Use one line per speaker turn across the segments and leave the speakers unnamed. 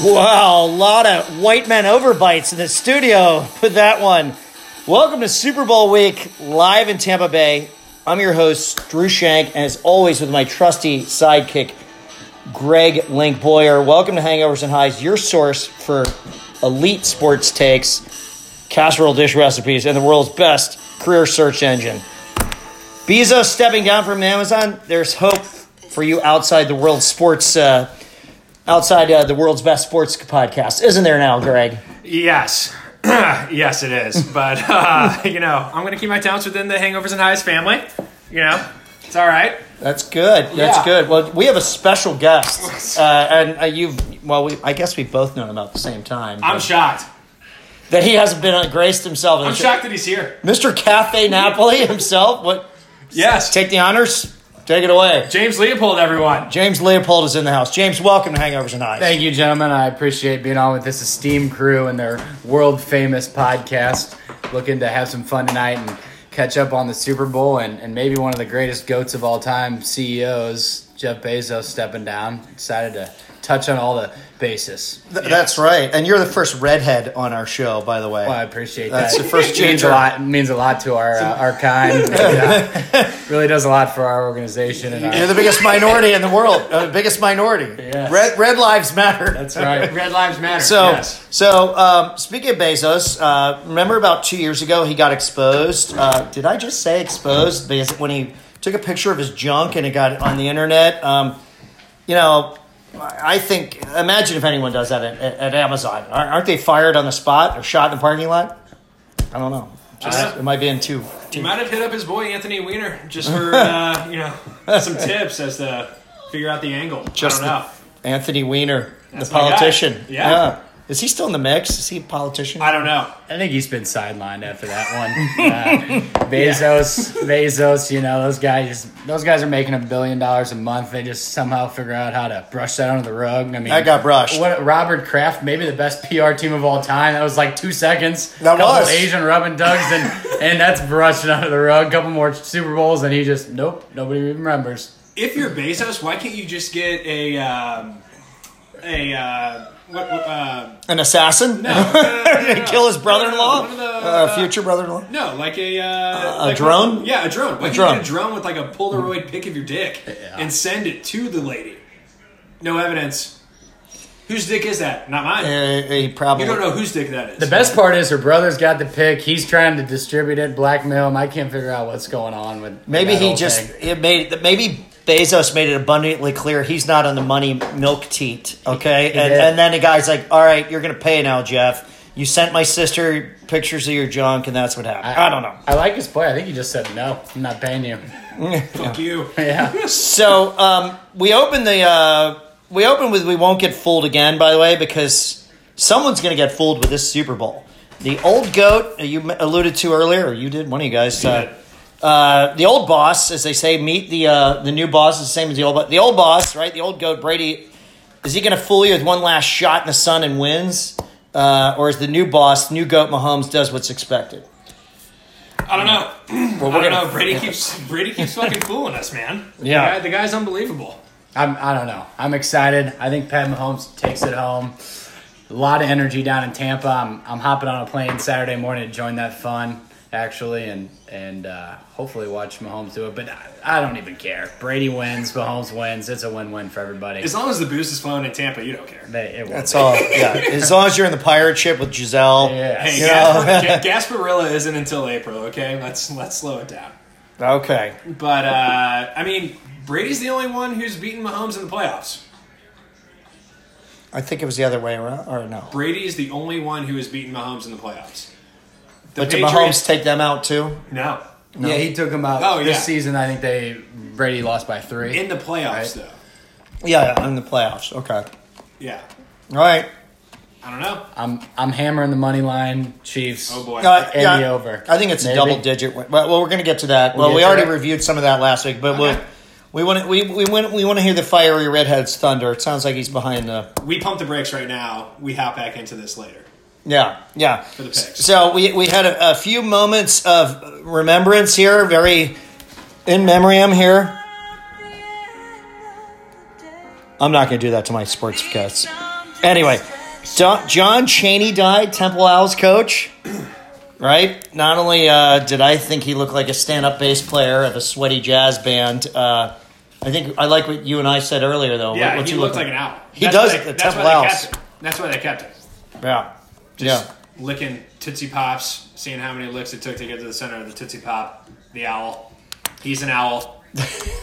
Wow, a lot of white men overbites in the studio with that one. Welcome to Super Bowl week live in Tampa Bay. I'm your host, Drew Shank, and as always, with my trusty sidekick, Greg Link Boyer. Welcome to Hangovers and Highs, your source for elite sports takes, casserole dish recipes, and the world's best career search engine. Bezos stepping down from Amazon. There's hope for you outside the world sports, uh, outside uh, the world's best sports podcast, isn't there now, Greg?
Yes. yes, it is. But, uh, you know, I'm going to keep my talents within the Hangovers and Highs family. You know, it's all right.
That's good. That's
Yeah.
good. Well, we have a special guest, uh, and uh, you've well, we, I guess we've both known about the same time
I'm
but-
shocked.
that he hasn't been uh, graced himself.
I'm shocked that he's here.
Mr. Cafe Napoli himself. What?
Yes.
Take the honors. Take it away.
James Leopold, everyone.
James Leopold is in the house. James, welcome to Hangovers and Eyes.
Thank you, gentlemen. I appreciate being on with this esteemed crew and their world famous podcast. Looking to have some fun tonight and catch up on the Super Bowl and, and maybe one of the greatest goats of all time, CEOs, Jeff Bezos, stepping down. Decided to touch on all the bases.
Th- That's right. And you're the first redhead on our show, by the way.
Well, I appreciate
That's
that.
the first
It means
ginger.
a lot. it means a lot to our uh, our kind. And, uh, really does a lot for our organization and
You're
our,
the biggest minority in the world. Uh, the biggest minority.
Yes.
Red, red lives matter.
that's right. Red Lives Matter.
So,
Yes.
so um, speaking of Bezos, uh, remember about two years ago he got exposed. Uh, did I just say exposed? Because when he took a picture of his junk and it got on the internet, um, you know, I I think imagine if anyone does that at, at, at Amazon. Ar- Aren't they fired on the spot or shot in the parking lot? I don't know. Just,
Uh,
it might be in two.
You might have hit up his boy, Anthony Weiner, just for, uh, you know, some tips as to figure out the angle.
Just
I don't know.
Anthony Weiner, the
That's my guy.
politician.
Yeah.
Is he still in the mix? Is he a politician?
I don't know.
I think he's been sidelined after that one. Uh, Bezos, Bezos, you know those guys. Those guys are making a billion dollars a month. They just somehow figure out how to brush that under the rug. I mean,
That got brushed.
What Robert Kraft, maybe the best PR team of all time. That was like two seconds.
That
couple
was.
Asian rubbing dugs, and and that's brushed under the rug. Couple more Super Bowls, and he just nope, nobody even remembers.
If you're Bezos, why can't you just get a, um, a, uh, what, what, uh,
An assassin? Kill his brother-in-law?
One of the,
uh, future brother-in-law?
No, like a uh,
a
like
drone?
yeah, a drone. Why a
drone.
drone. Get a drone with like a Polaroid pic of your dick and send it to the lady. No evidence. Whose dick is that? Not mine.
Uh, he probably.
You don't know whose dick that is.
The best part is her brother's got the pick. He's trying to distribute it, blackmail him. I can't figure out what's going on with
Maybe
that
he
whole
just
thing.
it made. Maybe Bezos made it abundantly clear he's not on the money milk teat. Okay, and,
did.
and then the guy's like, "All right, you're gonna pay now, Jeff. You sent my sister pictures of your junk, and that's what happened." I, don't know.
I like his play. I think he just said no. I'm not paying you.
Fuck you.
Yeah.
So um, we open the uh, we open with we won't get fooled again. By the way, because someone's gonna get fooled with this Super Bowl. The old goat uh, you m- alluded to earlier, or you did. One of you guys. Uh, uh, the old boss, as they say, meet the uh, the new boss is the same as the old boss. The old boss, right? The old goat Brady. Is he going to fool you with one last shot in the sun and wins, uh, or is the new boss, new goat Mahomes, does what's expected?
I don't know.
Well,
I don't know. Brady keeps Brady keeps fucking fooling us, man.
Yeah.
the, guy, the guy's unbelievable.
I'm, I don't know. I'm excited. I think Pat Mahomes takes it home. A lot of energy down in Tampa. I'm, I'm hopping on a plane Saturday morning to join that fun, actually, and and uh, hopefully watch Mahomes do it. But I, I don't even care. Brady wins. Mahomes wins. It's a win-win for everybody.
As long as the booze is flowing in Tampa, you don't care.
They- it will
That's
be.
all. Yeah, as long as you're in the pirate ship with Giselle.
Yeah.
Hey,
You know?
Gasparilla Gasparilla isn't until April. Okay, let's let's slow it down.
Okay.
But uh, I mean, Brady's the only one who's beaten Mahomes in the playoffs.
I think it was the other way around, or no?
Brady is the only one who has beaten Mahomes in the playoffs. The
But did Mahomes take them out too?
no
Yeah, he took him out.
Oh,
this
yeah.
season, I think they Brady lost by three.
in the playoffs
Right.
though.
Yeah, yeah, in the playoffs. Okay.
Yeah,
All right.
I don't know.
I'm I'm hammering the money line Chiefs.
Oh boy,
Uh,
And the over.
I think it's a
Maybe.
double digit. Win. Well, well, we're going to get to that. Well,
get
we
to
already
that?
reviewed some of that last week, but
Okay.
we we want to we we want we want to hear the fiery redhead's thunder. It sounds like he's behind the
we pump the brakes right now. We hop back into this later.
yeah yeah.
For the picks.
So we we had a, a few moments of remembrance here, very in memoriam here. I'm not going to do that to my sports cats. Anyway, Don, John Cheney died, Temple Owls coach. Right? Not only uh, did I think he looked like a stand up bass player of a sweaty jazz band, uh, I think I like what you and I said earlier, though.
Yeah,
what, what
he
you
looked
look
like an owl.
He
That's
does
why
look
They,
like
that's
Temple
why they
Owls.
kept him. That's why they kept him.
Yeah.
Just
yeah.
licking Tootsie Pops, seeing how many licks it took to get to the center of the Tootsie Pop. The owl. He's an owl.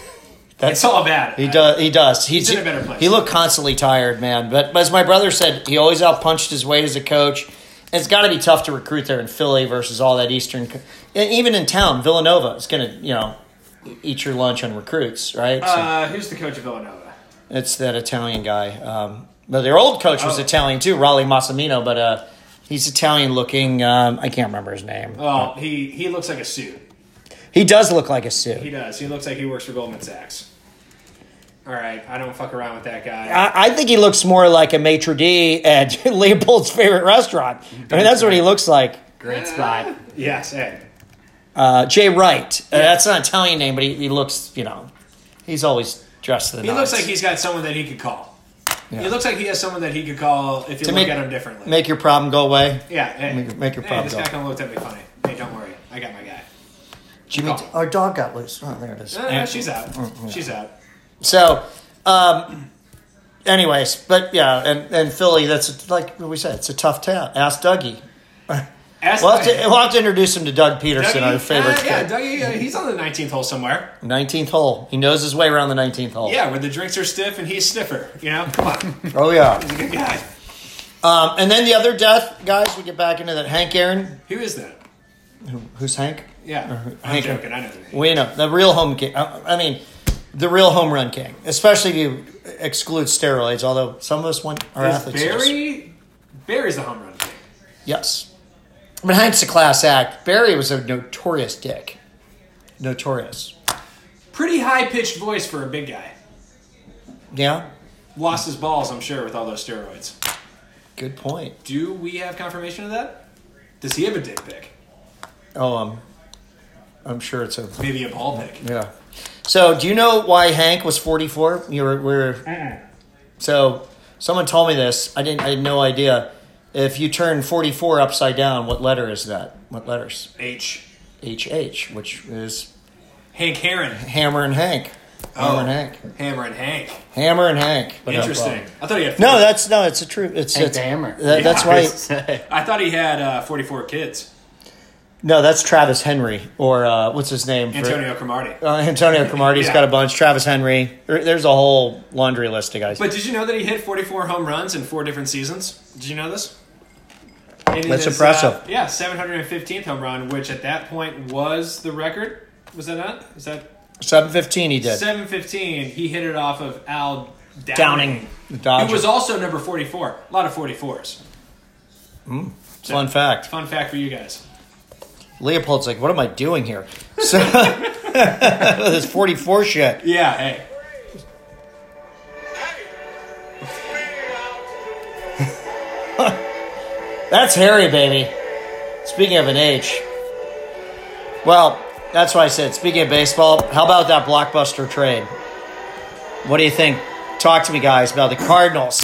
That's
It's all bad. Uh,
He does. He does. He's,
in a better place.
He looked constantly tired, man. But, but as my brother said, he always outpunched his weight as a coach. And it's got to be tough to recruit there in Philly versus all that Eastern, co- and even in town, Villanova is going to you know e, eat your lunch on recruits, right? So
Uh, who's the coach of Villanova?
it's that Italian guy. Um, but their old coach was
Oh.
Italian too, Raleigh Massimino, but uh, he's Italian looking. Um, I can't remember his name.
Oh, he, he looks like a suit.
He does look like a suit.
He does. He looks like he works for Goldman Sachs. All right, I don't fuck around with that guy.
I, I think he looks more like a maitre d at Leopold's favorite restaurant. I mean, that's what he looks like.
Great spot.
yes, hey.
Uh, Jay Wright. Uh, that's not an Italian name, but he, he looks, you know, he's always dressed to the
He looks like he's got someone that he could call. He looks like he has someone that he could call if you
To
look
make-
at him differently.
Make your problem go away.
yeah, hey.
make- make your
hey,
pop
this
go.
guy gonna look at me funny. Hey, don't worry, I got my guy.
Jimmy,
Oh.
our dog got loose. Oh, there it is.
No, no, no, she's out.
Oh,
She's out.
So, um, anyways, but yeah, and, and Philly, that's like we said, it's a tough town. Ask Dougie.
Ask
We'll have to, we'll have to introduce him to Doug Peterson, our favorite
uh, yeah,
kid.
Dougie, uh, he's on the 19th hole somewhere.
19th hole. He knows his way around the 19th hole.
Yeah, where the drinks are stiff and he's sniffer. You know, come on,
Oh, yeah.
he's a good guy.
Um, and then the other death, guys, we get back into that. Hank Aaron.
Who is that?
Who, who's Hank?
Yeah, I'm
Uh, Hank-
joking. I know. who he is.
We know the real home king. uh, I I mean, the real home run king, especially if you exclude steroids. Although some of us want our
Is
athletes. to just-
Barry? Barry's the home run king.
Yes, but Hank's a class act. Barry was a notorious dick. Notorious.
Pretty high pitched voice for a big guy.
Yeah.
Lost his balls, I'm sure, with all those steroids.
Good point.
Do we have confirmation of that? Does he have a dick pic?
Oh, um, I'm sure it's a
Maybe a ball pic.
yeah. So, do you know why Hank was 44? You were, we were So someone told me this. I didn't. I had no idea. If you turn forty-four upside down, what letter is that? What letters?
H.
H H, which is
Hank Aaron.
Hammer and Hank. Hammer and Hank.
Hammer and Hank.
Hammer and Hank. But, uh,
Oh. Interesting. I thought he had.
No, that's no. It's a true. It's
Hank
it's
the Hammer.
that- That's
Yeah.
why.
I thought he had uh, 44 kids.
No, that's Travis Henry or uh, what's his name? for-
Antonio Cromartie.
uh, Antonio Cromartie's
Yeah.
got a bunch. Travis Henry. There- There's a whole laundry list of guys.
But did you know that he hit 44 home runs in four different seasons? Did you know this? And in
That's
his,
impressive.
uh, yeah, 715th home run, which at that point was the record. Was that not? Is that
Seven fifteen, he did.
715? He hit it off of Al Downing.
Downing, the
Who was
Dodgers.
also number 44. A lot of 44s.
Fun fact.
Fun fact for you guys.
Leopold's like, what am I doing here? So this 44 shit.
Yeah, hey.
That's Harry, baby. Speaking of an H. Well, that's why I said, speaking of baseball, how about that blockbuster trade? What do you think? Talk to me, guys, about the Cardinals.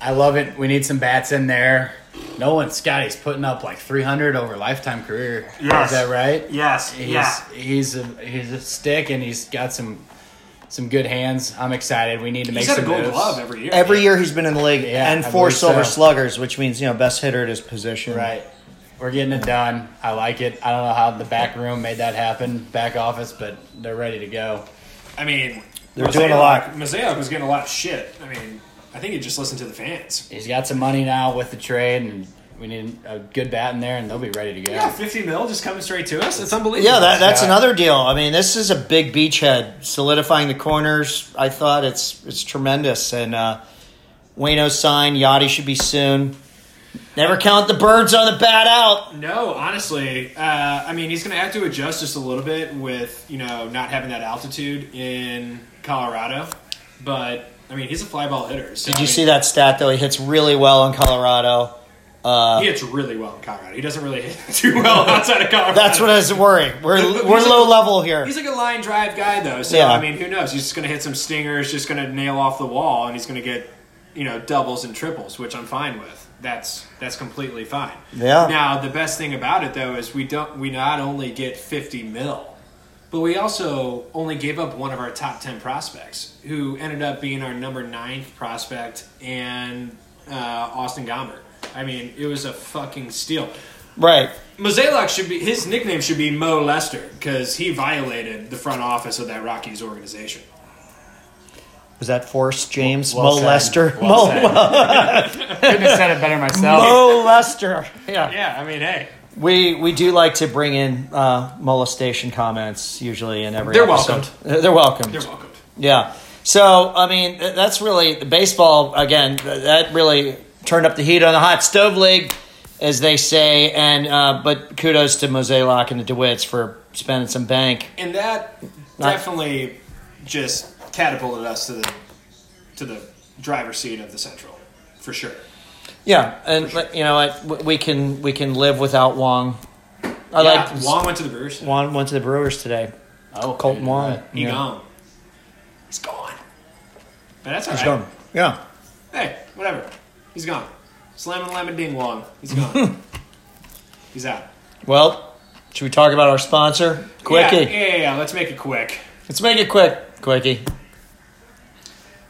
I love it. We need some bats in there. No one, Scotty's putting up like 300 over lifetime career.
Yes.
Is that right?
Yes,
He's, He's a he's a stick and he's got some some good hands. I'm excited. We need to make
He's had a
some
gold
moves.
glove every year.
Every year he's been in the league
Yeah,
and
I
four
believe
silver
so.
sluggers, which means, you know, best hitter at his position.
Right. We're getting it done. I like it. I don't know how the back room made that happen, back office, but they're ready to go.
I mean,
They're doing a lot.
Mosaic was getting a lot of shit. I mean, I think he just listened to the fans.
He's got some money now with the trade, and we need a good bat in there, and they'll be ready to go.
Yeah, 50 mil just coming straight to us. It's unbelievable.
Yeah, that, that's
Yeah.
another deal. I mean, this is a big beachhead, solidifying the corners. I thought it's it's tremendous. And uh, Wayno sign, Yachty should be soon. Never count the birds on the bat out.
No, honestly, uh, I mean, he's going to have to adjust just a little bit with, you know, not having that altitude in Colorado. But, I mean, he's a fly ball hitter. So,
Did you see that stat though? He hits really well in Colorado.
he hits really well in Colorado. He doesn't really hit too well outside of Colorado.
That's what I was worrying. We're
But
we're
he's a-
low level here.
He's like a line drive guy, though. So
Yeah.
I mean, who knows? He's just going to hit some stingers, just going to nail off the wall, and he's going to get you know doubles and triples, which I'm fine with. That's that's completely fine.
Yeah.
Now the best thing about it though is we don't we not only get 50 mil, but we also only gave up one of our top 10 prospects, who ended up being our number ninth prospect, and uh, Austin Gomber. I mean, it was a fucking steal.
Right.
Mozeliak should be his nickname should be Mo Lester because he violated the front office of that Rockies organization.
Was that Force James?
Well
Mo
said.
Lester?
Well
Mo,
said. Couldn't have said it better myself.
Mo Lester. Yeah.
Yeah, I mean, hey,
We we do like to bring in uh, molestation comments usually in every.
They're
episode.
welcomed.
They're they're welcomed.
you're welcome.
Yeah. So I mean, th- that's really the baseball again. th- That really turned up the heat on the hot stove league, as they say. And uh, but kudos to Mosaic and the Dewitts for spending some bank.
And that
Not-
definitely just catapulted us to the to the driver's seat of the Central for sure.
Yeah, and but, you know what? W- We can we can live without Wong. I
yeah,
like Wong.
Juan went to the Brewers. He
went to the Brewers today.
Oh,
Colton Wong.
right.
yeah.
gone. He's gone. But that's all
He's
right.
gone. Yeah.
Hey, whatever. He's gone. Slamming lemon ding long. He's gone. He's out.
Well, should we talk about our sponsor, Quickie?
Yeah, yeah, yeah, yeah. Let's make it quick.
Let's make it quick, Quickie.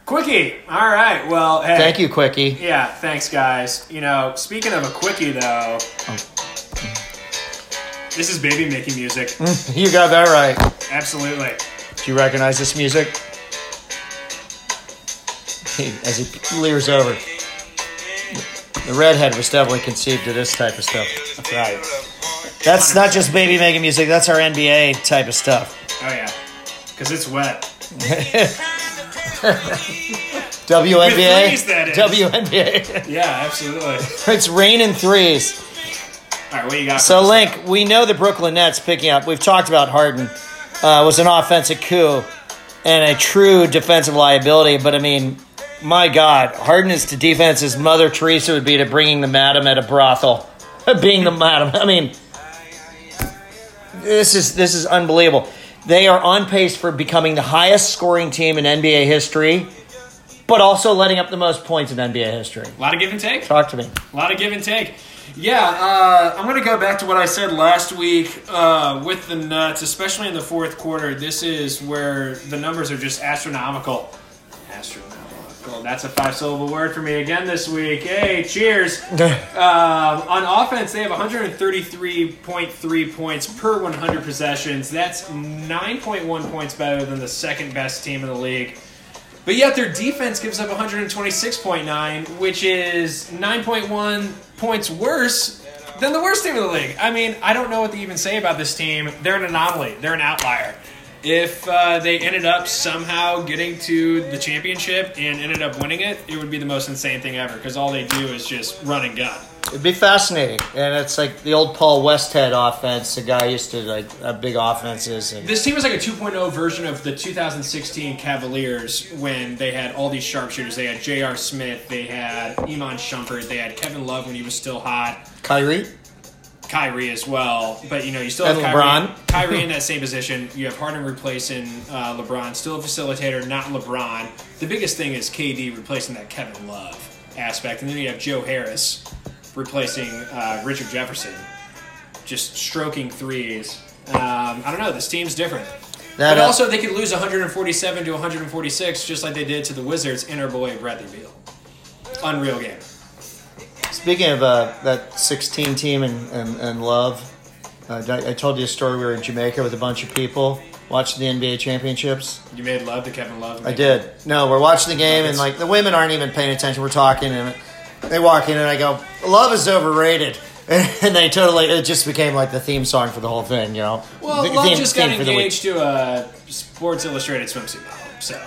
Quickie. All right. Well, hey.
Thank you, Quickie.
Yeah, thanks, guys. You know, speaking of a quickie, though, this is baby making music.
You got that right.
Absolutely.
Do you recognize this music? As he leers over. The redhead was definitely conceived to this type of stuff.
That's right.
That's not just baby making music, that's our NBA type of stuff.
Oh, yeah. Because it's wet. threes, that
WNBA?
is.
WNBA.
Yeah, absolutely. All
it's raining threes.
right, what you got?
So,
for us?
Link, we know the Brooklyn Nets picking up. We've talked about Harden uh, was an offensive coup and a true defensive liability. But I mean, my God, Harden is to defense as Mother Teresa would be to bringing the madam at a brothel, being the madam. I mean, this is this is unbelievable. They are on pace for becoming the highest scoring team in NBA history, but also letting up the most points in NBA history.
A lot of give and take.
Talk to me.
A lot of give and take. Yeah, uh, I'm going to go back to what I said last week uh, with the Nuts, especially in the fourth quarter. This is where the numbers are just astronomical. Astronomical. That's a five syllable word for me again this week. Hey, cheers. Um, on offense, they have 133.3 points per 100 possessions. That's 9.1 points better than the second best team in the league. But yet their defense gives up 126.9, which is 9.1 points worse than the worst team in the league. I mean, I don't know what to even say about this team. They're an anomaly. They're an outlier. If uh, they ended up somehow getting to the championship and ended up winning it, it would be the most insane thing ever because all they do is just run and gun.
It'd be fascinating, and it's like the old Paul Westhead offense. The guy used to like uh, big offenses, and
This team was like a 2.0 version of the 2016 Cavaliers when they had all these sharpshooters. They had J.R. Smith, they had Iman Shumpert, they had Kevin Love when he was still hot,
Kyrie.
Kyrie as well. But you know, you still have
And
Kyrie,
LeBron.
Kyrie in that same position. You have Harden replacing uh, LeBron, still a facilitator, not LeBron. The biggest thing is KD replacing that Kevin Love aspect, and then you have Joe Harris replacing uh, Richard Jefferson, just stroking threes. Um, I don't know. This team's different.
That
but
uh,
also, they could lose 147 to 146, just like they did to the Wizards and our boy Bradley Beal. Unreal game.
speaking of uh, that sixteen team and and, and love, uh, I, I told you a story. We were in Jamaica with a bunch of people watching the NBA championships.
You made love to Kevin Love.
I did. No, we're watching the game, and like the women aren't even paying attention. We're talking, and they walk in, and I go, "Love is overrated." And they totally, it just became like the theme song for the whole thing, you know?
Well,
the,
Love
theme-
just got
theme for the week.
engaged to a Sports Illustrated swimsuit model, so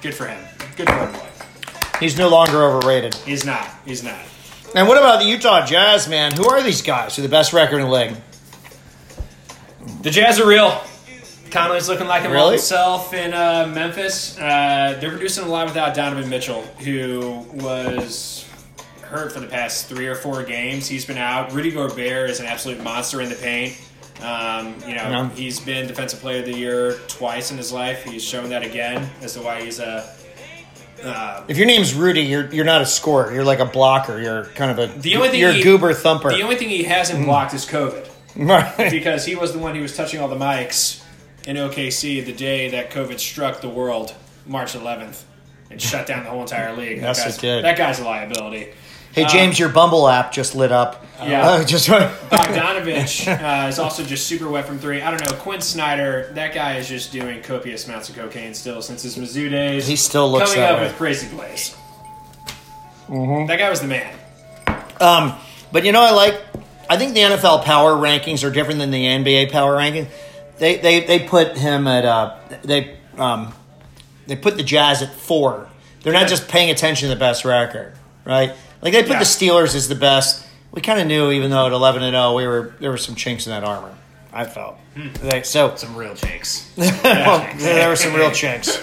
good for him. Good for him. boy.
He's no longer overrated.
He's not. He's not.
And what about the Utah Jazz, man? Who are these guys? Who are the best record in the league?
The Jazz are real. Conley's looking like him
Really?
himself in uh, Memphis. Uh, they're producing a lot without Donovan Mitchell, who was hurt for the past three or four games. He's been out. Rudy Gobert is an absolute monster in the paint. Um, you know,
Yeah.
he's been Defensive Player of the Year twice in his life. He's shown that again as to why he's a. Uh,
If your name's Rudy, you're you're not a scorer. You're like a blocker. You're kind of a
the only thing
you're
he-
a goober thumper.
The only thing he hasn't blocked is COVID
Right.
because he was the one who was touching all the mics in OKC the day that COVID struck the world, March 11th, and shut down the whole entire league.
Yes,
that,
it
guy's,
did.
that guy's a liability.
Hey James, your Bumble app just lit up.
Yeah.
Oh, just
Bogdanovich uh, is also just super wet from three. I don't know. Quinn Snyder, that guy is just doing copious amounts of cocaine still since his Mizzou days.
He still looks
coming
that
up
way.
with Crazy Blaze.
Mm-hmm.
That guy was the man.
Um, but you know, I like. I think the NFL power rankings are different than the NBA power rankings. They they they put him at uh they um they put the Jazz at four. They're not
Yeah.
just paying attention to the best record, right? Like they put
Yeah.
the Steelers as the best. We kind of knew, even though at eleven and zero, we were there were some chinks in that armor. I felt They- so.
Hmm. Some real chicks.
well, there were some real chinks.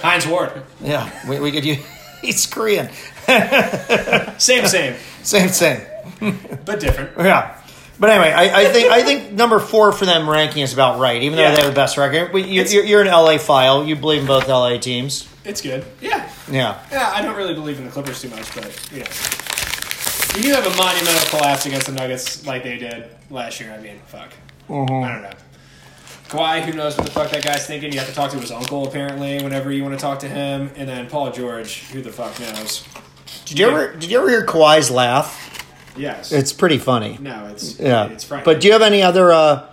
Heinz Ward.
Yeah, we, we could use. He's Korean.
Same, same,
Same thing.
but different.
Yeah. But anyway, I, I think I think number four for them ranking is about right, even though
Yeah.
they have the best record. But you,
It's-
you're, you're an LA file. You believe in both LA teams.
It's good. Yeah.
Yeah.
Yeah, I don't really believe in the Clippers too much, but you know, you do have a monumental collapse against the Nuggets like they did last year. I mean, fuck.
Mm-hmm.
I don't know. Kawhi, who knows what the fuck that guy's thinking? You have to talk to his uncle apparently whenever you want to talk to him, and then Paul George, who the fuck knows?
Did you ever did you ever hear Kawhi's laugh?
Yes.
It's pretty funny.
no, it's
Yeah.
it's frightening.
But do you have any other uh, uh,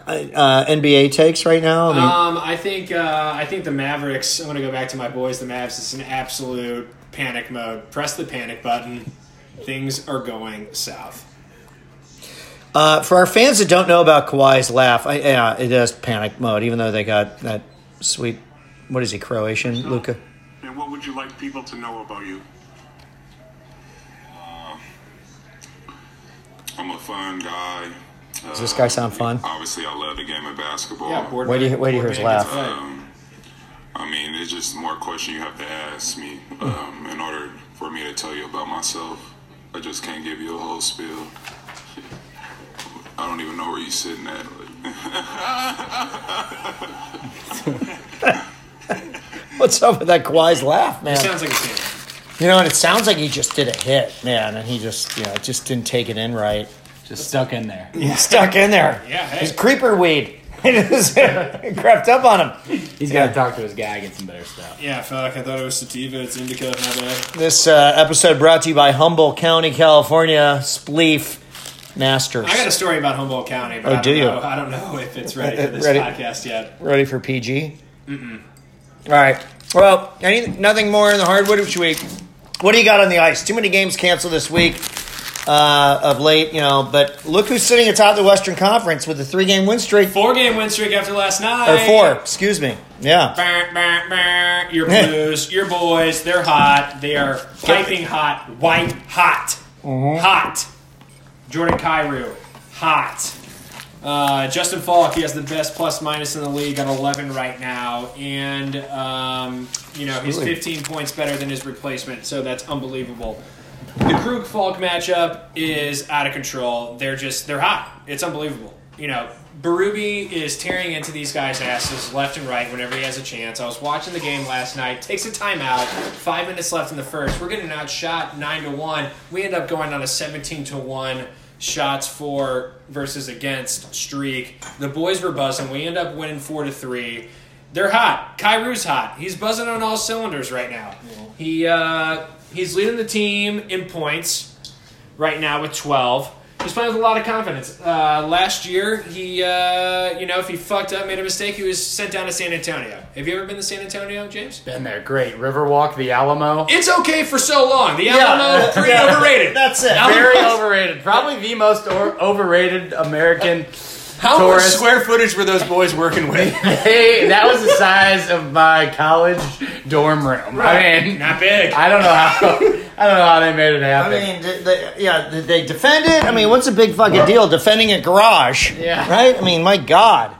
uh, NBA takes right now? I mean,
Um, I think uh, I think the Mavericks. I'm gonna go back to my boys, the Mavs. It's an absolute panic mode. Press the panic button. Things are going south.
Uh, for our fans that don't know about Kawhi's laugh, I, yeah, it is panic mode. Even though they got that sweet, what is he, Croatian, Luca?
And what would you like people to know about you?
Uh, I'm a fun guy. Uh,
Does this guy sound fun?
Obviously, I love the game of basketball.
Yeah, board
Wait till you- wait till you hear his laugh.
Um, I mean, it's just more question you have to ask me
Hmm.
um, in order for me to tell you about myself. I just can't give you a whole spiel. I don't even know where you're sitting at.
What's up with that Kawhi's laugh, man?
Sounds like a scam.
You know, and it sounds like he just did a hit, man, and he just, you know, just didn't take it in right.
Just stuck in there.
Stuck in there.
Yeah, hey.
His creeper weed. it just- it crept up on him.
He's got to talk to his guy, get some better stuff.
Yeah, fuck. I thought it was sativa. It's indica. My bad.
This uh, episode brought to you by Humboldt County, California, Spleef Masters.
I got a story about Humboldt County, but
Oh,
I, don't
do you?
know, I don't know if it's ready for this
Ready.
podcast yet.
Ready for PG? Mm-mm. All right. Well, any, nothing more in the hardwood of this week. What do you got on the ice? Too many games canceled this week uh, of late, you know, but look who's sitting atop the Western Conference with a three game win streak.
Four game win streak after last night.
Or four, excuse me. Yeah.
Bah, bah, bah. Your blues, your boys, they're hot. They are piping hot, white hot, hot. Jordan Cairo, hot. Uh, Justin Falk, he has the best plus minus in the league at 11 right now. And, um, you know, he's
Absolutely.
15 points better than his replacement, so that's unbelievable. The Krug Falk matchup is out of control. They're just, they're hot. It's unbelievable. You know, Baruby is tearing into these guys' asses left and right whenever he has a chance. I was watching the game last night, takes a timeout, five minutes left in the first. We're getting outshot 9 to 1. We end up going on a 17 to 1 shots for versus against streak. The boys were buzzing. We end up winning four to three. They're hot. Kairu's hot. He's buzzing on all cylinders right now. He uh, he's leading the team in points right now with twelve. He's playing with a lot of confidence. Uh, last year, he uh, you know if he fucked up, made a mistake, he was sent down to San Antonio. Have you ever been to San Antonio, James?
Been there. Great. Riverwalk, the Alamo.
It's okay for so long. The
Yeah.
Alamo pretty
Yeah.
overrated.
That's it.
Alamo-
Very overrated. Probably the most or- overrated American.
How much
Tourist.
square footage were those boys working with?
Hey, that was the size of my college dorm room. I mean,
Not big.
I don't know how. I don't know how they made it
I
happen.
mean, they, they, yeah, did they defend it? I mean, what's a big fucking deal defending a garage?
Yeah.
Right? I mean, my God.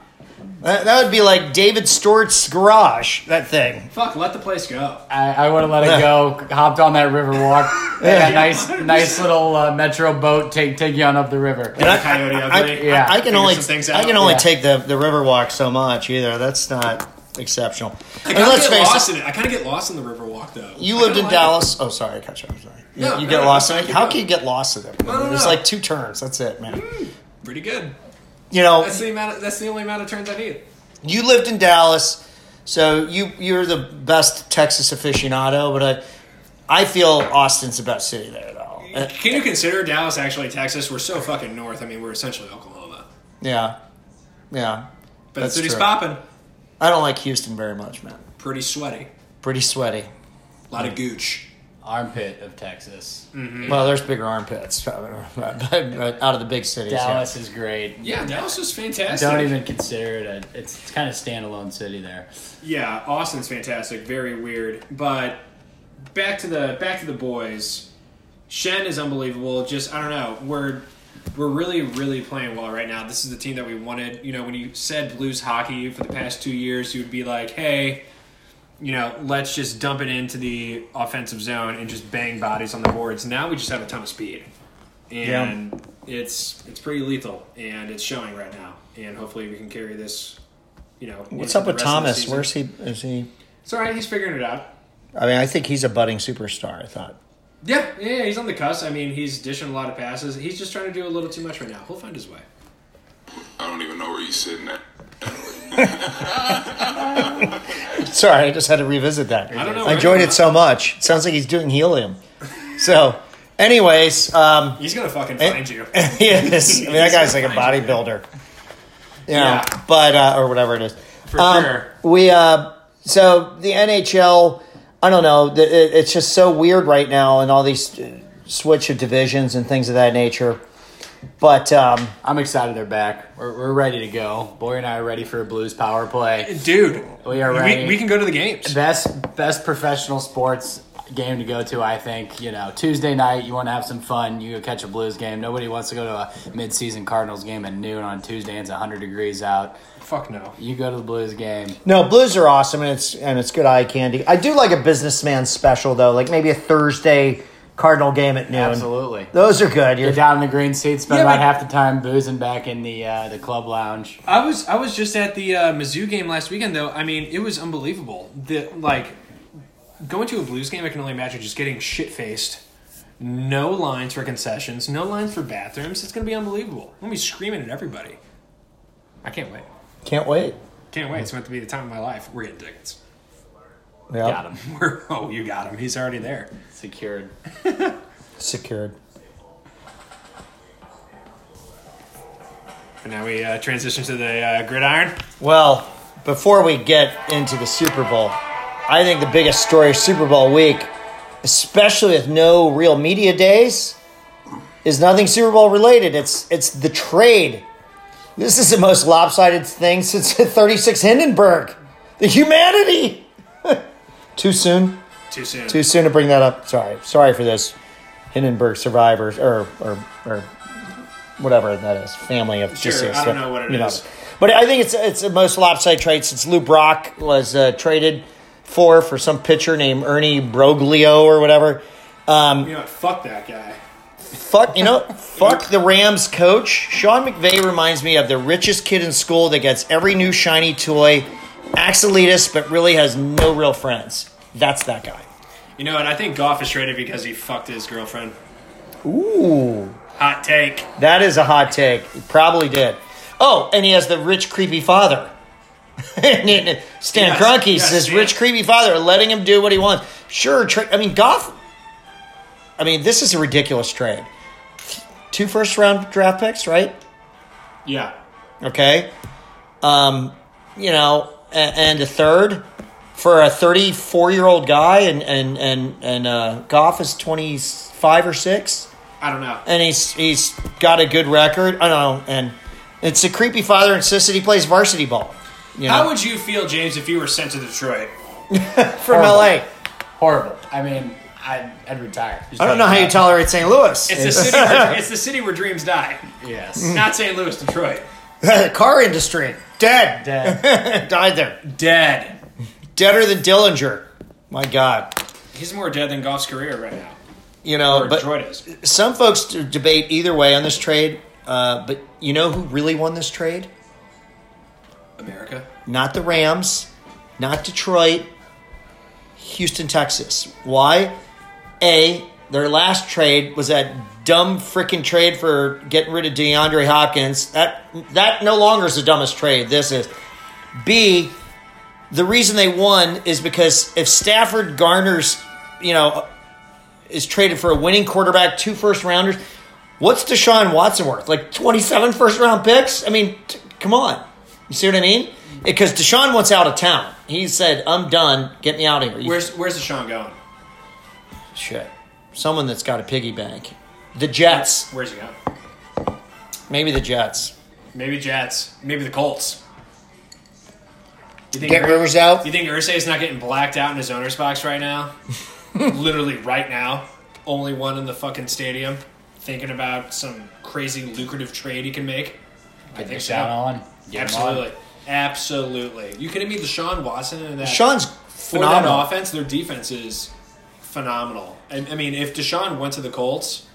That, that would be like David Stort's garage, that thing.
Fuck, let the place go.
I, I would have let it go. Hopped on that river walk. yeah, nice, nice little uh, metro boat take take you on up the river.
And I,
Coyote
I-
Ugly.
I-
Yeah.
I can
Figure
only
some things
I
out.
can only
Yeah.
take the the river walk so much either. That's not exceptional.
I
And
kind of
let's
get
face
lost
it,
in it. I kind of get lost in the Riverwalk though.
you
I
lived
kinda
in
like it.
Dallas. Oh, sorry, I cut you off. Sorry.
No,
you
no,
get
no,
lost in
no,
it.
keep
How
going.
can you get lost in it?
no,
There's
no.
like two turns. That's it, man.
Pretty good.
You know,
Mm-hmm. That's the amount. Of, that's the only amount of turns I need.
you lived in Dallas, so you you're the best Texas aficionado. But I I feel Austin's the best city there, though. Uh,
Can you consider Dallas actually Texas? We're so fucking north. I mean, we're essentially Oklahoma,
Yeah, yeah.
but
That's
the city's
true.
popping.
I don't like Houston very much, man.
Pretty sweaty.
Pretty sweaty.
A lot of gooch.
Armpit of Texas.
Mm.
Well, there's bigger armpits but- but- but out of the big cities. yeah.
Dallas is great.
Yeah, Dallas is fantastic.
Don't even consider it. A, it's, it's kind of standalone city there.
yeah, Austin's fantastic. Very weird, but back to the back to the boys. Shen is unbelievable. Just I don't know. We're we're really really playing well right now. This is the team that we wanted. You know, when you said Blues hockey for the past two years, you would be like, hey. You know, let's just dump it into the offensive zone and just bang bodies on the boards. Now we just have a ton of speed, and it's it's pretty lethal, and it's showing right now. And hopefully, we can carry this. You know,
What's
into
up
the
with
rest of the
Thomas?
season.
Where's he? Is he?
It's all right. He's figuring it out.
I mean, I think he's a budding superstar. I thought.
Yeah, yeah, he's on the cusp. I mean, he's dishing a lot of passes. He's just trying to do a little too much right now. He'll find his way.
I don't even know where you're sitting at.
Sorry, I just had to revisit that.
I don't know.
I enjoyed it so much. It sounds like he's doing helium. So, anyways, um,
He's gonna fucking find you.
he is. I mean, that guy's like a bodybuilder. You know,
Yeah.
but uh, or whatever it is. Um,
For sure.
We uh, so the NHL. I don't know. th- it- It's just so weird right now, and all these uh, switch of divisions and things of that nature. But um,
I'm excited they're back. We're, we're ready to go. Boy and I are ready for a Blues power play.
Dude,
We are ready.
We, we can go to the games.
Best best professional sports game to go to, I think. You know, Tuesday night, you want to have some fun. You go catch a Blues game. Nobody wants to go to a midseason Cardinals game at noon on Tuesday and it's 100 degrees out.
Fuck no.
You go to the Blues game.
No, blues are awesome, and it's and it's good eye candy. I do like a businessman special though, like maybe a Thursday Cardinal game at noon.
Absolutely.
those are good. You're
Get down in the green seats, spend
Yeah,
about
but-
half the time boozing back in the uh, the club lounge.
I was I was just at the uh, Mizzou game last weekend though. I mean, it was unbelievable. The like going to a Blues game, I can only imagine just getting shit faced. No lines for concessions. No lines for bathrooms. It's gonna be unbelievable. I'm gonna be screaming at everybody. I can't wait.
can't wait.
Can't wait. It's meant to be the time of my life. We're getting tickets.
Yeah,
Got him.
We're, oh, you got him. He's already there.
Secured.
secured.
And now we uh, transition to the uh, gridiron.
Well, before we get into the Super Bowl, I think the biggest story of Super Bowl week, especially with no real media days, is nothing Super Bowl related. It's it's the trade. This is the most lopsided thing since 36 Hindenburg. The humanity. Too soon.
Too soon.
Too soon to bring that up. Sorry. Sorry for this. Hindenburg survivors or or or whatever that is. Family of
Sure,
deceased.
I don't know what it
You
is.
But I think it's it's the most lopsided trade since Lou Brock was uh, traded for for some pitcher named Ernie Broglio or whatever.
You know what? Fuck that guy.
Fuck you know, fuck the Rams coach. Sean McVay reminds me of the richest kid in school that gets every new shiny toy, acts elitist, but really has no real friends. That's that guy.
You know what? I think Goff is traded because he fucked his girlfriend.
Ooh.
Hot take.
That is a hot take. He probably did. Oh, and he has the rich, creepy father. And it- Stan
Yes,
Kroenke's
yes,
his
Stan.
rich, creepy father, letting him do what he wants. Sure, tra- I mean Goff. I mean, this is a ridiculous trade. Two first round draft picks, right?
Yeah.
Okay, um, you know, and, and a third for a thirty four year old guy, and and and and uh, Goff is twenty five or six
I don't know.
and he's he's got a good record. I don't know, and it's a creepy father insists that he plays varsity ball. You know,
How would you feel, James, if you were sent to Detroit?
from LA.
Horrible. I mean, I'd, I'd retire.
I don't know how you tolerate St. Louis.
It's the city. Where, it's the city where dreams die.
Yes.
Not St. Louis, Detroit.
Car industry dead.
Dead.
Died there.
Dead.
Deader than Dillinger. My God.
He's more dead than Goff's career right now.
You know,
or
but
Droid is.
some folks d- debate either way on this trade. Uh, but you know who really won this trade?
America.
not the Rams, not Detroit, Houston, Texas. Why? A, their last trade was that dumb freaking trade for getting rid of DeAndre Hopkins. That that no longer is the dumbest trade. This is. B, the reason they won is because if Stafford garners, you know, is traded for a winning quarterback, two first rounders, what's Deshaun Watson worth? Like 27 first round picks? I mean, t- come on. You see what I mean? Because Deshaun wants out of town. He said, I'm done. Get me out of here. You-
Where's Where's Deshaun going?
Shit. Someone that's got a piggy bank. The Jets.
Where's he going?
Maybe the Jets.
Maybe Jets. Maybe the Colts. You think
Get
Ur-
Rivers out.
You think Ursay is not getting blacked out in his owner's box right now? Literally right now. Only one in the fucking stadium. Thinking about some crazy lucrative trade he can make. I think so.
Shout on. Get 'em
Absolutely.
on.
Absolutely. You could have made the Sean Watson and that
Deshaun's
for
phenomenal.
that offense, their defense is phenomenal. And I mean, if Deshaun went to the Colts,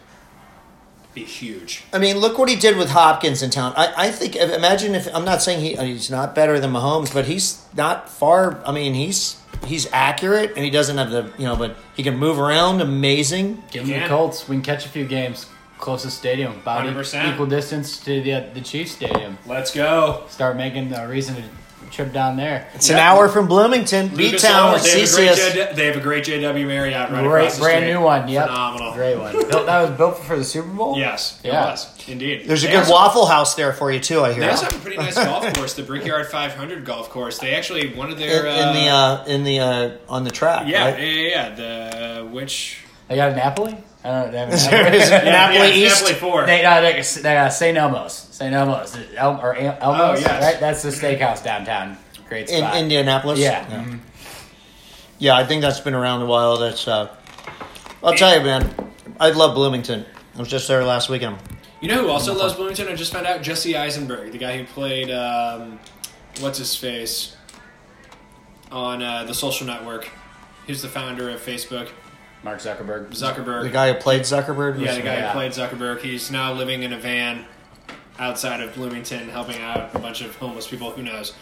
be huge.
I mean, look what he did with Hopkins in town. I, I think, if- imagine if, I'm not saying he, uh, he's not better than Mahomes, but he's not far. I mean, he's he's accurate and he doesn't have the, you know, but he can move around amazing.
Give them
Yeah.
the Colts. We can catch a few games. Closest stadium, about
100%.
equal distance to the the Chiefs stadium.
Let's go.
Start making a reason to trip down there.
It's an
Yeah.
hour from Bloomington, B
Lucas
Town
Oil,
with
they, have a great
CCS.
J- they have a great JW Marriott right
Great,
across the
brand
street.
new one. Yep,
Phenomenal.
Great one. Built, that was built for the Super Bowl.
Yes, it
Yeah.
was indeed.
There's a
They
good
also-
Waffle House there for you, too, I hear.
They also have a pretty nice golf course, the Brickyard 500 golf course. They actually one of
in,
their
in the uh, in the uh, on the track.
yeah,
right?
yeah yeah yeah the which
They got an Napoli. I don't know. They have an Napoli.
There is Napoli
yeah, it's
East.
Napoli four.
They, uh, they, they uh, St. Elmo's. St. Elmo's. El, or El, Elmo's,
Oh, yes.
right? That's the steakhouse downtown. Great
in
spot.
Indianapolis.
Yeah.
yeah,
Mm-hmm.
Yeah, I think that's been around a while. That's uh, I'll tell you, man. I love Bloomington. I was just there last weekend.
You know who also loves Bloomington? I just found out Jesse Eisenberg, the guy who played um, what's his face on uh, the Social Network. He's the founder of Facebook,
Mark Zuckerberg.
Zuckerberg.
The guy who played Zuckerberg. Was,
yeah, the guy
Yeah.
who played Zuckerberg. He's now living in a van outside of Bloomington, helping out a bunch of homeless people. Who knows?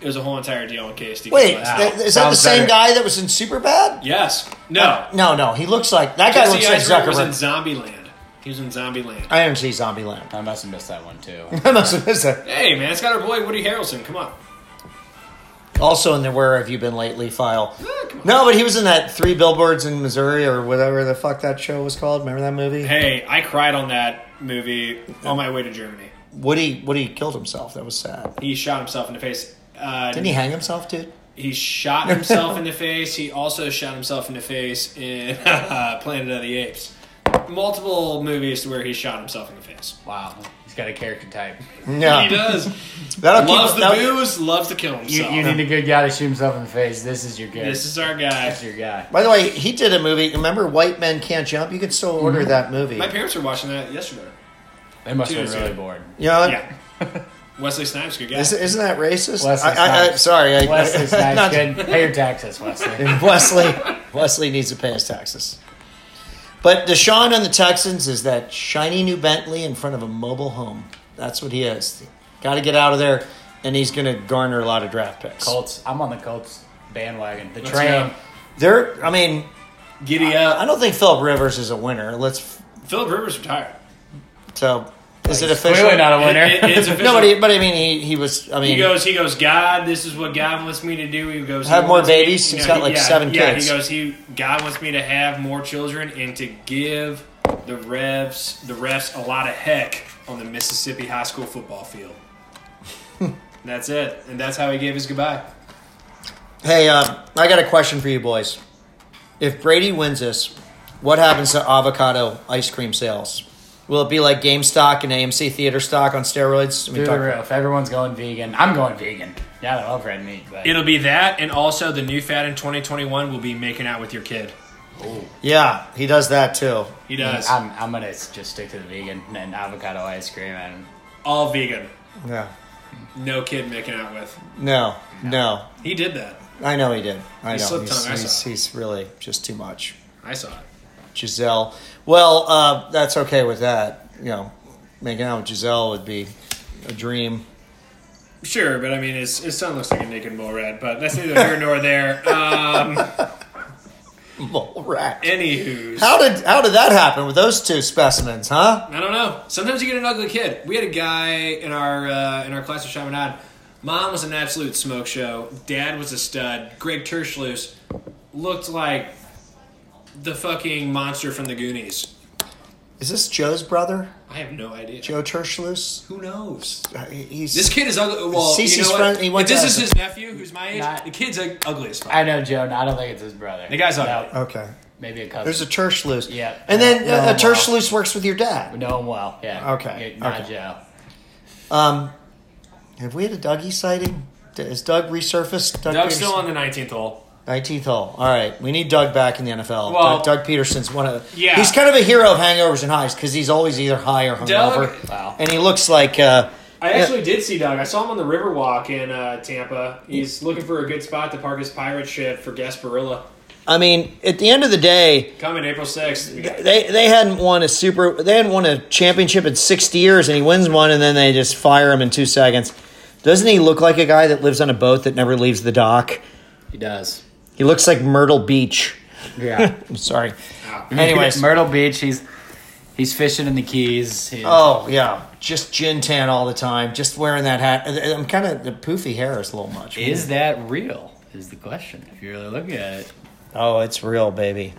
It was a whole entire deal on KSD.
Wait,
last night.
th- is that the
Sounds
same
better.
guy that was in Superbad?
yes, no.
No, no. He looks like that guy
Jesse
looks like
Eisenberg was in
Zuckerberg.
Zombieland. He was in Zombieland.
I didn't see Zombieland.
I must have missed that one, too.
I must have missed that.
Hey, man, it's got our boy Woody Harrelson. Come on.
Also in the "Where Have You Been Lately" file.
Ah, come on.
No, but he was in that Three Billboards in Missouri or whatever the fuck that show was called. Remember that movie?
Hey, I cried on that movie on my way to Germany.
Woody Woody killed himself. That was sad.
He shot himself in the face. Uh,
Didn't he hang himself, dude?
he shot himself in the face. He also shot himself in the face in Planet of the Apes. Multiple movies where he shot himself in the face.
Wow. He's got a character type.
No.
He does.
That'll keep-
loves the
that'll-
booze, loves to kill
You,
himself.
you need a good guy to shoot himself in the face. This is your guy.
this is our guy.
That's your guy.
By the way, he did a movie. Remember, White Men Can't Jump? You could still order
Mm-hmm.
that movie.
My parents were watching that yesterday.
They must have
Cheers,
been really
yeah.
bored.
you know, what?
Yeah. Wesley Snipes, good guy.
Is, isn't that racist?
Wesley
I, I, I,
Snipes.
sorry, I,
Wesley Snipes,
not-
good. Pay your taxes, Wesley.
Wesley, Wesley needs to pay his taxes. But Deshaun on the Texans is that shiny new Bentley in front of a mobile home. That's what he is. Got to get out of there, and he's going to garner a lot of draft picks.
Colts. I'm on the Colts bandwagon. The
Let's
train.
go.
They're, I mean,
Giddy
I
up.
don't think Philip Rivers is a winner. Let's
Philip Rivers retired.
so is it official?
Clearly not a winner.
It- it- it's official.
No, but, he, but I mean, he, he was. I mean,
He goes, he goes, God, this is what God wants me to do. He goes,
Have
he
more
wants me-
babies? He's got, like,
yeah,
seven
yeah,
kids.
he goes, he God wants me to have more children and to give the refs the refs a lot of heck on the Mississippi high school football field. that's it, and that's how he gave his goodbye.
Hey, uh, I got a question for you boys. If Brady wins this, what happens to avocado ice cream sales? Will it be like GameStop and AMC theater stock on steroids? I mean,
Through the
talk-
roof. Everyone's going vegan. I'm going vegan. Yeah, I love red meat, but
It'll be that, and also the new fad in 2021 will be making out with your kid.
yeah, he does that too.
He does
I'm, I'm gonna s- just stick to the vegan and avocado ice cream and
all vegan.
Yeah.
no kid making out with.
No, no.
He did that.
I know he did. I
He
know.
slipped
He's,
tongue, I saw
he's,
it.
he's really just too much.
I saw it.
Giselle. Well, uh, that's okay with that. You know, making out with Giselle would be a dream.
Sure, but I mean, his, his son looks like a naked mole rat, but that's neither here nor there. Um,
Mole rat.
anywho's.
How did how did that happen with those two specimens, huh?
I don't know. Sometimes you get an ugly kid. We had a guy in our uh, in our class of Chaminade. Mom was an absolute smoke show. Dad was a stud. Greg Terschluss looked like the fucking monster from the Goonies.
Is this Joe's brother,
I have no idea.
Joe Terschluss?
Who knows?
Uh, He's
This kid is ugly. Well,
Cece's
you know what?
friend- he went
If this
to-
is his nephew, who's my age.
Not-
the kid's like, ugly as fuck.
I know Joe. No, I don't think it's his brother.
the guy's ugly.
no,
okay.
maybe a cousin.
There's a Terschluss.
Yeah.
And then
No,
uh,
well.
a Terschluss works with your
We
dad.
know him well. Yeah.
Okay,
Yeah, Not
okay.
Joe.
Um, have we had a Dougie sighting? D- Has Doug resurfaced? Doug
Doug's still
Peterson?
on the 19th hole.
19th hole. All right, we need Doug back in the NFL.
Well-
Doug, Doug Peterson's one of the,
Yeah.
He's kind of a hero of hangovers and highs because he's always either high or
Doug-
hungover.
Wow.
And he looks like uh,
I actually did see Doug. I saw him on the Riverwalk in uh, Tampa. He's looking for a good spot to park his pirate ship for Gasparilla.
I mean, at the end of the day,
Coming April 6th.
they they hadn't won a super they hadn't won a championship in 60 years and he wins one and then they just fire him in 2 seconds. Doesn't he look like a guy that lives on a boat that never leaves the dock?
He does.
He looks like Myrtle Beach.
Yeah.
I'm sorry. Anyways.
Myrtle Beach. He's he's fishing in the Keys. He-
Oh yeah, just gin tan all the time. Just wearing that hat. Uh, I'm kind of the poofy hair is a little much.
Is that real? Is the question. If you really look at it.
Oh, it's real, baby.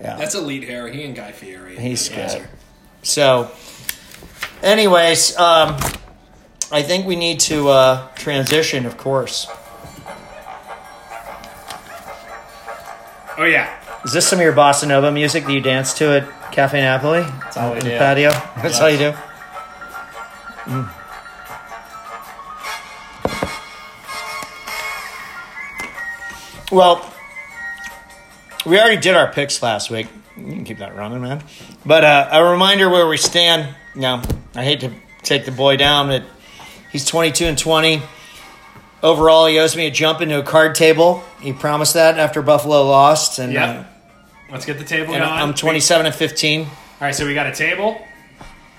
Yeah.
That's elite hair. He and Guy Fieri.
He's
Yeah.
good. So, anyways, um, I think we need to uh, transition, of course.
Oh yeah.
Is this some of your bossa nova music that you dance to at Cafe Napoli? That's
all we do.
Patio. That's all you do. Mm. Well, we already did our picks last week. You can keep that running, man. But uh, a reminder where we stand. Now, I hate to take the boy down, but he's 22 and 20. Overall, he owes me a jump into a card table. He promised that after Buffalo lost, and
Yep.
uh,
Let's get the table
and
going.
I'm 27 and 15.
All right, so we got a table.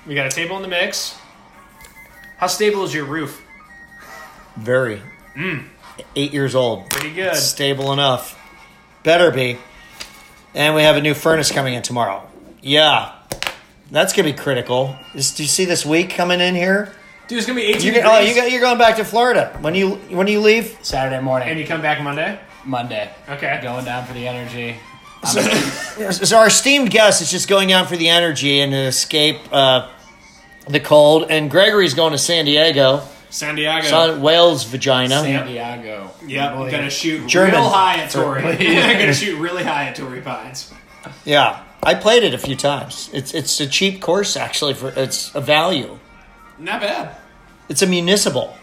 We got a table in the mix. How stable is your roof?
Very. Eight years old.
Mm. Pretty good.
Stable enough. Better be. And we have a new furnace coming in tomorrow. Yeah. That's going to be critical. Is, do you see this week coming in here?
Dude, it's gonna be 18
You
degrees.
oh, you got, you're going back to Florida. When you when do you leave?
Saturday morning,
and you come back Monday.
Monday.
Okay.
Going down for the energy.
So our esteemed guest is just going down for the energy and to escape uh, the cold. And Gregory's going to San Diego.
San Diego.
Son, whale's vagina.
San Diego.
yep. I'm gonna shoot
German.
real high at Torrey. I'm
Certainly.
gonna shoot really high at Torrey Pines.
Yeah, I played it a few times. It's it's a cheap course actually for it's a value.
Not bad.
It's a municipal.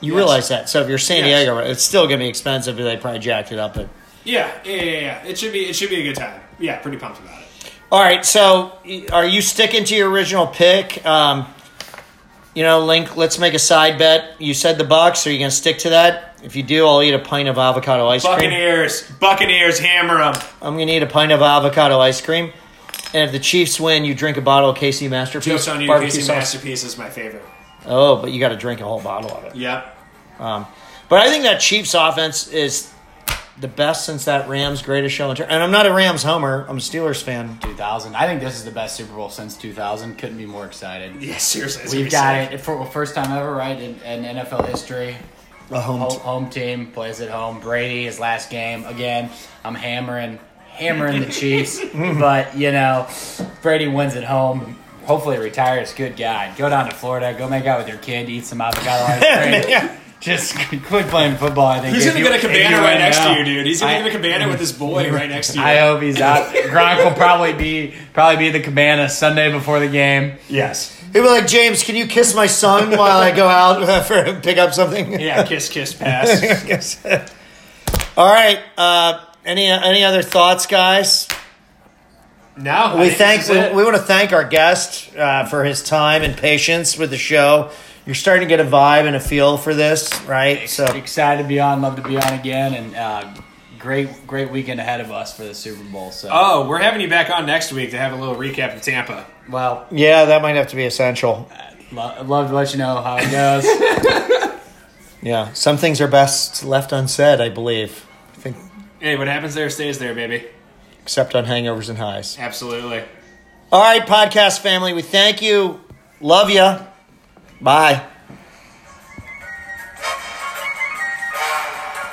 You
Yes.
realize that. So if you're San
Yes.
Diego, it's still going to be expensive. They probably jacked it up. But
Yeah, yeah, yeah, yeah. It should be. It should be a good time. Yeah, pretty pumped about it.
all right, so y- are you sticking to your original pick? Um, you know, Link. Let's make a side bet. You said the Bucks. Are you going to stick to that? If you do, I'll eat a pint of avocado ice cream.
Buccaneers, Buccaneers, hammer them.
I'm going to eat a pint of avocado ice cream. And if the Chiefs win, you drink a bottle of KC Masterpiece.
Jokes on you.
barbecue
Casey
sauce.
masterpiece is my favorite.
Oh, but you got to drink a whole bottle of it.
Yep.
Um, but I think that Chiefs offense is the best since that Rams greatest show. In turn. And I'm not a Rams homer. I'm a Steelers fan.
2000. I think this is the best Super Bowl since 2000. Couldn't be more excited.
Yeah, seriously. it's gonna
We've
be
got
sick.
it for first time ever, right? In, in NFL history,
A home.
home,
T-
home team plays at home. Brady, his last game again. I'm hammering, hammering the Chiefs, but you know, Brady wins at home. Hopefully retires. Good guy. Go down to Florida. Go make out with your kid. Eat some avocado ice cream. Just quit playing football. I think
He's
if
gonna
you-
get a
if
cabana
you
right
win
next
now.
to you, dude. He's gonna
I-
get a cabana with his boy right next to you.
I hope he's out. Gronk will probably be probably be at the cabana Sunday before the game.
Yes.
He'd be like, James, can you kiss my son while I go out for pick up something?
Yeah. Kiss, kiss, pass.
Yes. All right. Uh, any any other thoughts, guys?
no. I
We
think
thank
this is it.
we, we want to thank our guest uh, for his time and patience with the show. You're starting to get a vibe and a feel for this, right? So
Excited to be on. Love to be on again. And uh, great, great weekend ahead of us for the Super Bowl. So,
Oh, we're having you back on next week to have a little recap of Tampa.
well,
yeah, that might have to be essential.
lo- love to let you know how it goes.
Yeah, some things are best left unsaid, I believe. I think,
Hey, what happens there stays there, baby.
except on hangovers and highs.
Absolutely.
All right, podcast family, we thank you. Love ya. Bye.